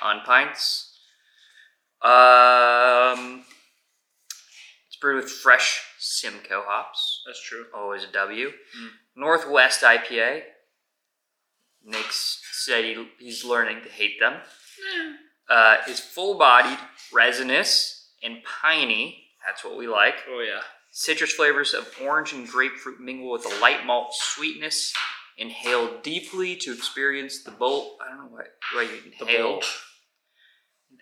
ton pints. Um, it's brewed with fresh Simcoe hops. That's true. Always a W. Mm. Northwest IPA. Nick's said he, he's learning to hate them. Uh, is full bodied, resinous, and piney. That's what we like. Oh yeah. Citrus flavors of orange and grapefruit mingle with a light malt sweetness. Inhale deeply to experience the bolt. I don't know why, why you The inhale. bolt.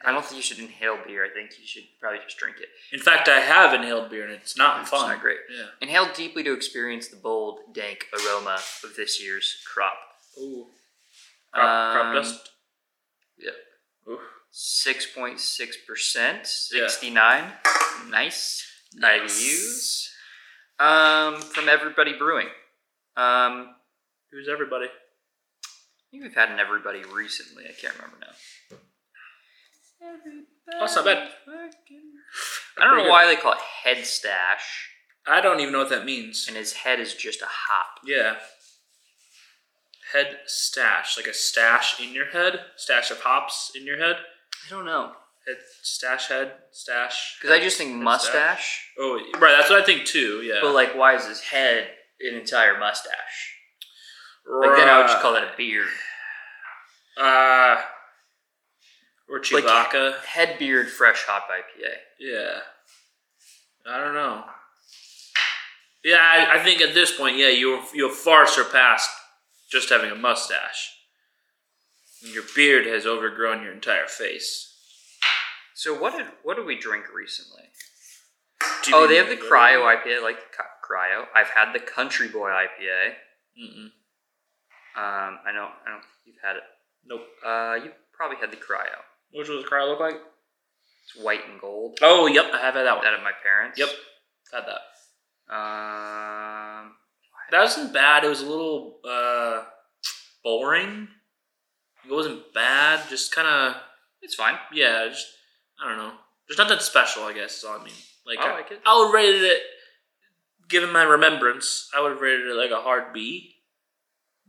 I don't think you should inhale beer. I think you should probably just drink it. In fact, I have inhaled beer and it's not It's fun. not great. Yeah. Inhale deeply to experience the bold, dank aroma of this year's crop. Ooh. Crop, crop Um, dust. yep. Ooh. 6.6%, Yeah. 69. Nice. IBUs. Um, from Everybody Brewing. Um, Who's everybody? I think we've had an everybody recently. I can't remember now. That's not bad. I don't Pretty know good. why they call it head stash, I don't even know what that means. and his head is just a hop. Yeah. Head stash, like a stash in your head, stash of hops in your head. I don't know Head stash head stash. because I just think head mustache, Oh, right. That's what I think too. Yeah. but like, why is his head an entire mustache? Like then I would just call it a beard. Uh, or Like- Chewbacca. Head beard fresh hop IPA. yeah. I don't know. Yeah, I, I think at this point, yeah, you you have far surpassed just having a mustache. And your beard has overgrown your entire face. So what did what did we drink recently? Do you Oh, mean- they have the cryo IPA. I like the co- cryo. I've had the Country Boy IPA. Mm-mm. Um, I don't I don't think you've had it. Nope. Uh, you probably had the cryo. Which was the cryo look like? It's white and gold. Oh, yep, I have had that one. That at my parents. Yep, had that. Um, That wasn't bad. It was a little uh, boring. It wasn't bad. Just kind of it's fine. yeah. Just I don't know. There's nothing special. I guess is all I mean. Like I I, like it. I would rate it. Given my remembrance, I would have rated it like a hard B.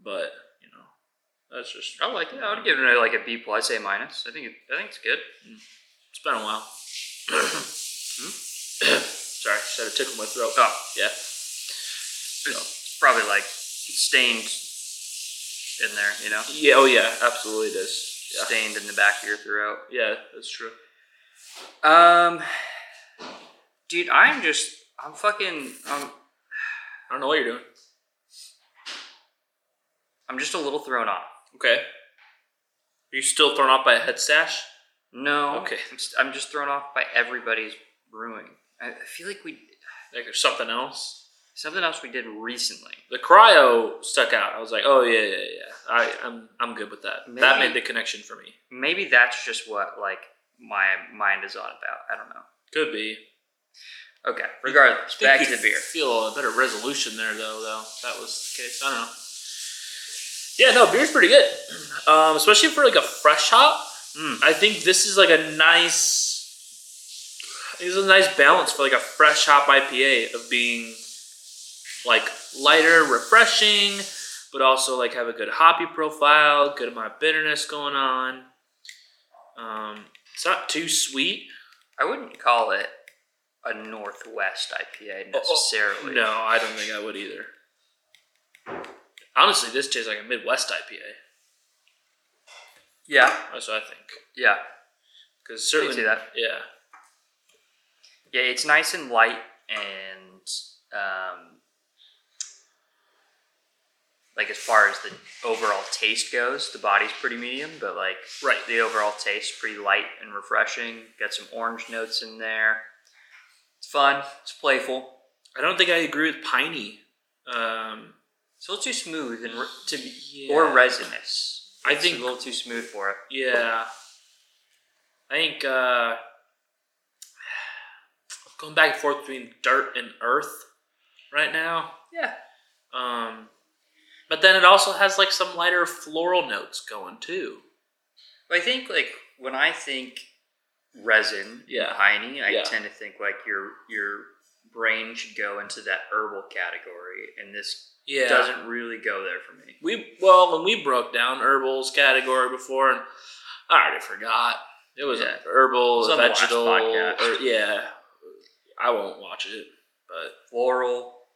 But you know, that's just I like it. I would give it like a B plus, A minus. I think it, I think it's good. it's been a while. Sorry, just had to tickle my throat. Oh, Yeah. it's probably like stained in there. You know, Yeah. Oh yeah. Absolutely, it is. Yeah. stained in the back of your throat. Yeah, that's true. Um, dude, I'm just I'm fucking I'm I don't know what you're doing. I'm just a little thrown off. Okay. Are you still thrown off by a head stash? No, Okay. I'm, st- I'm just thrown off by everybody's brewing. I, I feel like we Like there's something else? something else we did recently. The cryo stuck out. I was like, oh yeah, yeah, yeah. I, I'm I'm good with that. That Maybe- made the connection for me. Maybe that's just what like my mind is on about. I don't know. Could be. Okay. Regardless, Think back to you'd the beer. Feel a better resolution there though. Though if that was the case. I don't know. Yeah, no, beer's pretty good, um, especially for like a fresh hop. Mm. I think this is like a nice. This is a nice balance for like a fresh hop IPA of being like lighter, refreshing, but also like have a good hoppy profile, good amount of bitterness going on. Um, it's not too sweet. I wouldn't call it a Northwest IPA oh, necessarily. No, I don't think I would either. Honestly, this tastes like a Midwest IPA. Yeah. That's what I think. Yeah. Because certainly, see that. yeah, Yeah. It's nice and light and um, like as far as the overall taste goes, the body's pretty medium, but like right. the overall taste pretty light and refreshing. Got some orange notes in there. It's fun. It's playful. I don't think I agree with piney. Um, It's a little too smooth and re- to be, yeah. or resinous. I It's think- a little too smooth for it. Yeah, I think uh, going back and forth between dirt and earth right now. Yeah. Um, but then it also has like some lighter floral notes going too. But I think like when I think resin, Yeah. piney, I Yeah. tend to think like your your brain should go into that herbal category, and this Yeah, doesn't really go there for me. We well, when we broke down herbals category before, and I already forgot. It was Yeah. herbal, It was on the last vegetal. podcast. Or, yeah, I won't watch it, but Floral,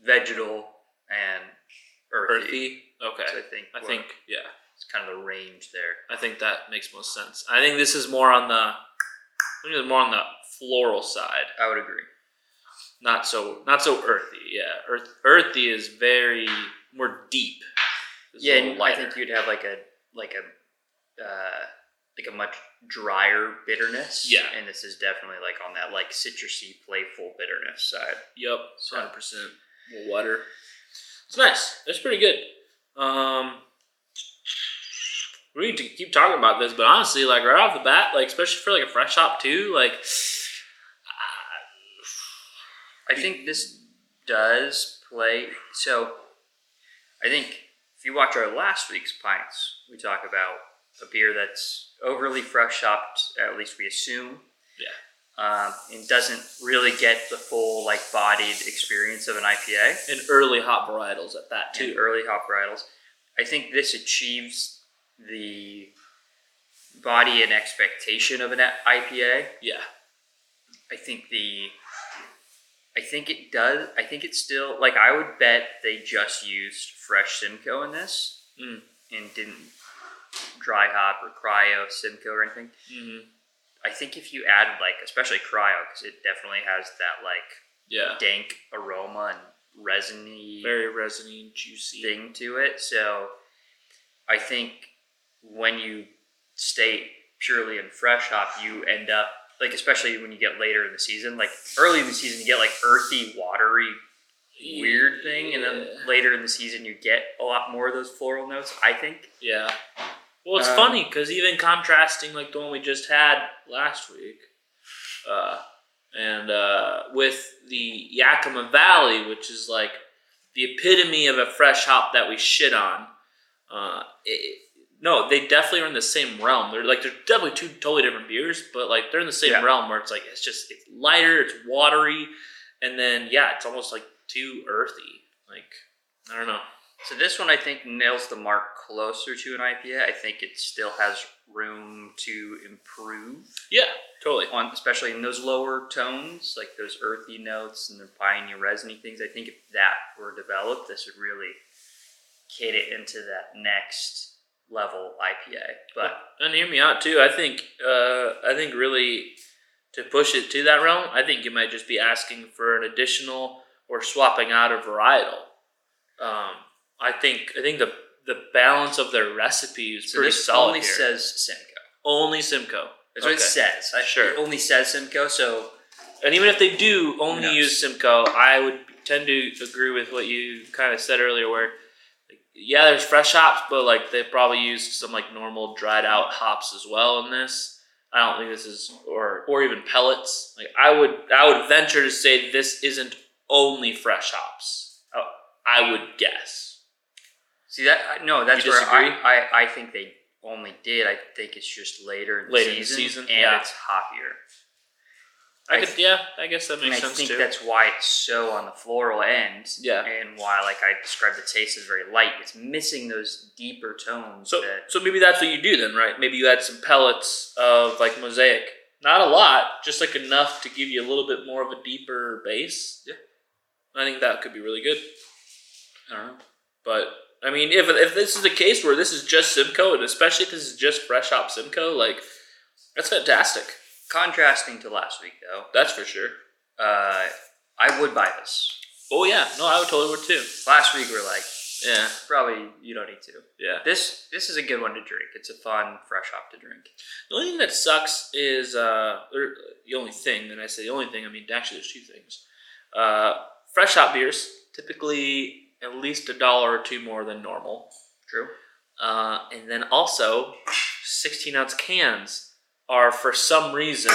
vegetal, and earthy. earthy. Okay, which I think I were- think yeah, it's kind of the range there. I think that makes most sense. I think this is more on the, I think it's more on the floral side. I would agree. not so not so earthy. Yeah, Earth, earthy is very more deep. It's a yeah, little and I think lighter. you'd have like a like a uh, like a much drier bitterness. Yeah. and this is definitely like on that like citrusy, playful bitterness side. Yep, So- hundred percent water. It's nice. It's pretty good. Um, we need to keep talking about this, but honestly, like right off the bat, like especially for like a fresh hop too, like I think this does play. So, I think if you watch our last week's pints, we talk about a beer that's overly fresh hopped. At least we assume. Yeah. Um, and doesn't really get the full like bodied experience of an IPA. and early hop varietals at that two too. early hop varietals. I think this achieves the body and expectation of an IPA. Yeah, I think the I think it does. I think it's still like I would bet they just used fresh Simcoe in this Mm. and didn't dry hop or cryo Simcoe or anything. hmm I think if you added like especially cryo because it definitely has that like yeah, dank aroma and resiny very resiny, juicy. thing to it. So I think when you stay purely in fresh hop, you end up like especially when you get later in the season, like early in the season you get like earthy, watery, weird thing, and then Yeah. later in the season you get a lot more of those floral notes, I think. Yeah. Well, it's Um, funny because even contrasting like the one we just had last week, uh, and uh, with the Yakima Valley, which is like the epitome of a fresh hop that we shit on. Uh, it, no, they definitely are in the same realm. They're like they're definitely two totally different beers, but like they're in the same Yeah. realm where it's like it's just it's lighter, it's watery, and then yeah, it's almost like too earthy. Like I don't know. So this one I think nails the mark closer to an IPA. I think it still has room to improve Yeah, totally. on especially in those lower tones, like those earthy notes and the piney resiny things. I think if that were developed, this would really kid it into that next level IPA. But and hear me out too. I think uh, I think really to push it to that realm, I think you might just be asking for an additional or swapping out a varietal. Um, I think I think the the balance of their recipe is so pretty this solid only here. says Simcoe. only Simcoe. That's what it Okay. says. I, Sure. It only says Simcoe. So And even if they do only Who knows? use Simcoe, I would tend to agree with what you kind of said earlier, where like, yeah, there's fresh hops, but like they probably used some like normal dried out hops as well in this. I don't think this is or or even pellets. Like I would I would venture to say this isn't only fresh hops. Oh. I would guess. see that I- no, that's You where disagree? I, I I think they only did. I think it's just later in the Later in the season, season, and yeah. it's hoppier. I, I could yeah, I guess that and makes I sense think too. that's why it's so on the floral end. Yeah. And why, like I described, the taste is very light. It's missing those deeper tones. So, that, so maybe that's what you do then, right? Maybe you add some pellets of like mosaic. Not a lot, just like enough to give you a little bit more of a deeper base. Yeah. I think that could be really good. I don't know. But I mean, if if this is the case where this is just Simcoe, and especially if this is just fresh hop Simcoe, like that's fantastic. Contrasting to last week, though, That's for sure. uh, I would buy this. Oh yeah, no, I would totally would too. Last week we are like, Yeah, probably you don't need to. yeah. This this is a good one to drink. It's a fun fresh hop to drink. The only thing that sucks is uh, or the only thing, and I say the only thing. I mean, actually, there's two things. Uh, fresh hop beers typically at least a dollar or two more than normal, True. uh, and then also 16 ounce cans are for some reason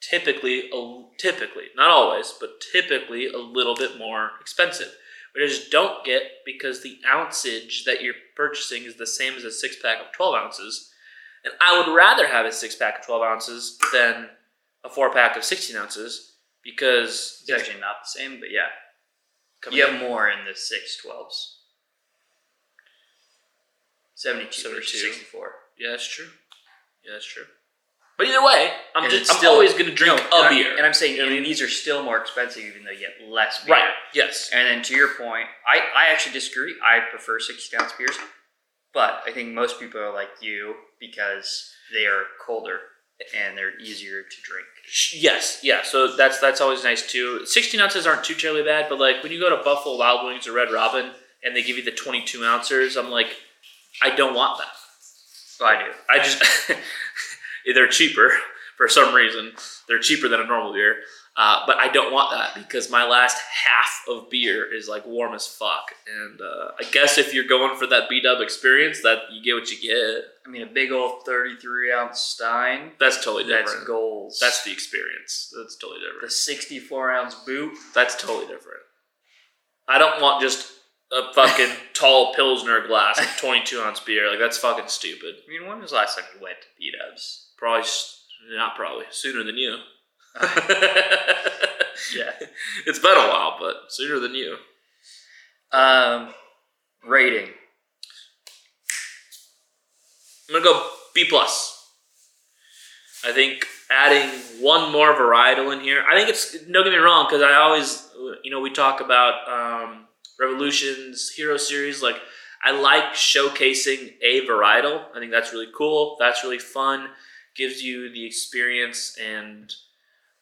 typically a, typically not always, but typically a little bit more expensive. Which I just don't get because the ounceage that you're purchasing is the same as a six pack of 12 ounces. And I would rather have a six pack of 12 ounces than a four pack of 16 ounces because It's actually not the same, but yeah, coming you in- have more in the six twelves. 72 versus 72. 64. Yeah, that's true. Yeah, that's true. But either way, I'm And just it's I'm still- always gonna drink and a I- beer. And I'm saying, You know what I and mean? these are still more expensive, even though you get less beer. right. Yes. And then to your point, I, I actually disagree. I prefer 60 ounce beers, but I think most people are like you because they are colder and they're easier to drink. Sh- Yes, yeah. So that's that's always nice too. Sixteen ounces aren't too terribly bad, but like when you go to Buffalo Wild Wings or Red Robin and they give you the twenty-two ounces, I'm like, I don't want that. Well, I do. I just they're cheaper for some reason. They're cheaper than a normal beer, uh, but I don't want that because my last half of beer is like warm as fuck. And uh, I guess if you're going for that B Dub experience, that you get what you get. I mean, a big old 33 ounce Stein, That's totally different. that's goals. That's the experience. That's totally different. the 64 ounce boot. That's totally different. I don't want just a fucking tall pilsner glass of 22 ounce beer. Like that's fucking stupid. I mean, when was the last time you went to B Dubs? Probably s- not. Probably sooner than you. Yeah. it's been a while, but sooner than you. Um, rating. I'm gonna go B plus. I think adding one more varietal in here. I think it's don't get me wrong because I always you know we talk about um, revolutions hero series like I like showcasing a varietal. I think that's really cool. That's really fun. Gives you the experience and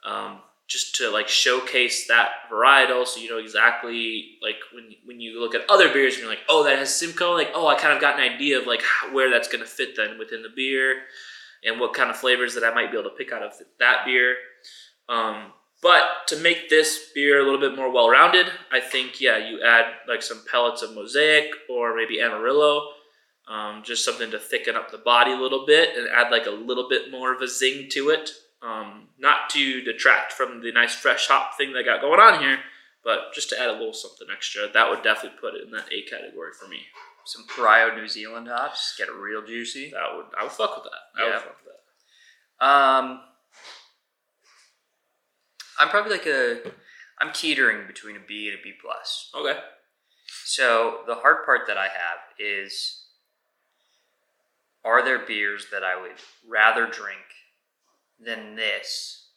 um, just to like showcase that varietal, so you know exactly like when when you look at other beers and you're like, oh, that has Simcoe. Like, oh, I kind of got an idea of like how, where that's gonna fit then within the beer, and what kind of flavors that I might be able to pick out of that beer. Um, but to make this beer a little bit more well rounded, I think yeah, you add like some pellets of Mosaic or maybe Amarillo. Um, just something to thicken up the body a little bit and add like a little bit more of a zing to it. Um, not to detract from the nice fresh hop thing they got going on here, but just to add a little something extra, that would definitely put it in that A category for me. Some Cryo New Zealand hops. Get it real juicy. That would I would fuck with that. Yeah. I would fuck with that. Um, I'm probably like a, I'm teetering between a B and a B plus. Okay. So the hard part that I have is, are there beers that I would rather drink than this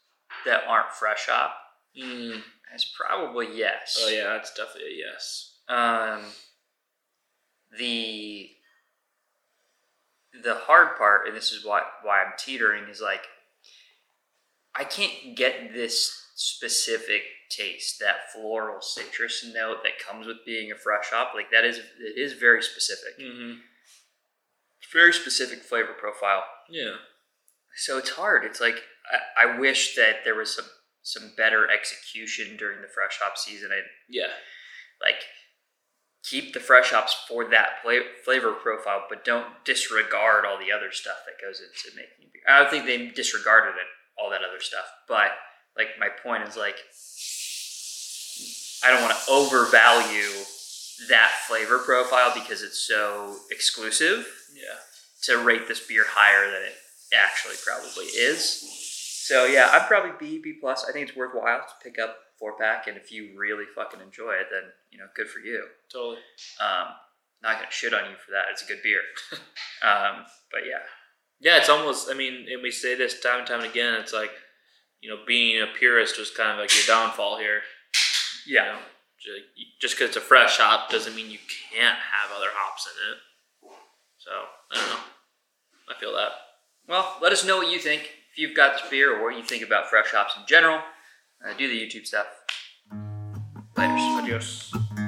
that aren't fresh hop? Mm. That's probably yes. Oh yeah, that's definitely a yes. Um, the the hard part, and this is why why I'm teetering, is like I can't get this specific taste, that floral citrus note that comes with being a fresh hop. Like that is it is very specific, Mm-hmm. very specific flavor profile. Yeah. So it's hard. It's like I, I wish that there was some some better execution during the fresh hop season. I Yeah. like keep the fresh hops for that pla- flavor profile, but don't disregard all the other stuff that goes into making beer. I don't think they disregarded it, all that other stuff, but like my point is like I don't want to overvalue that flavor profile because it's so exclusive Yeah. to rate this beer higher than it actually probably is. So yeah, I'd probably B B plus. I think it's worthwhile to pick up four pack, and if you really fucking enjoy it, then you know, good for you. Totally. Um, not gonna shit on you for that. It's a good beer. um, but yeah, Yeah, it's almost. I mean, and we say this time and time again. It's like, you know, being a purist was kind of like your downfall here. yeah, Ju- just because it's a fresh hop doesn't mean you can't have other hops in it. So I don't know. I feel that. Well, let us know what you think. If you've got this beer or what you think about fresh hops in general, uh, do the YouTube stuff. Later. Adios.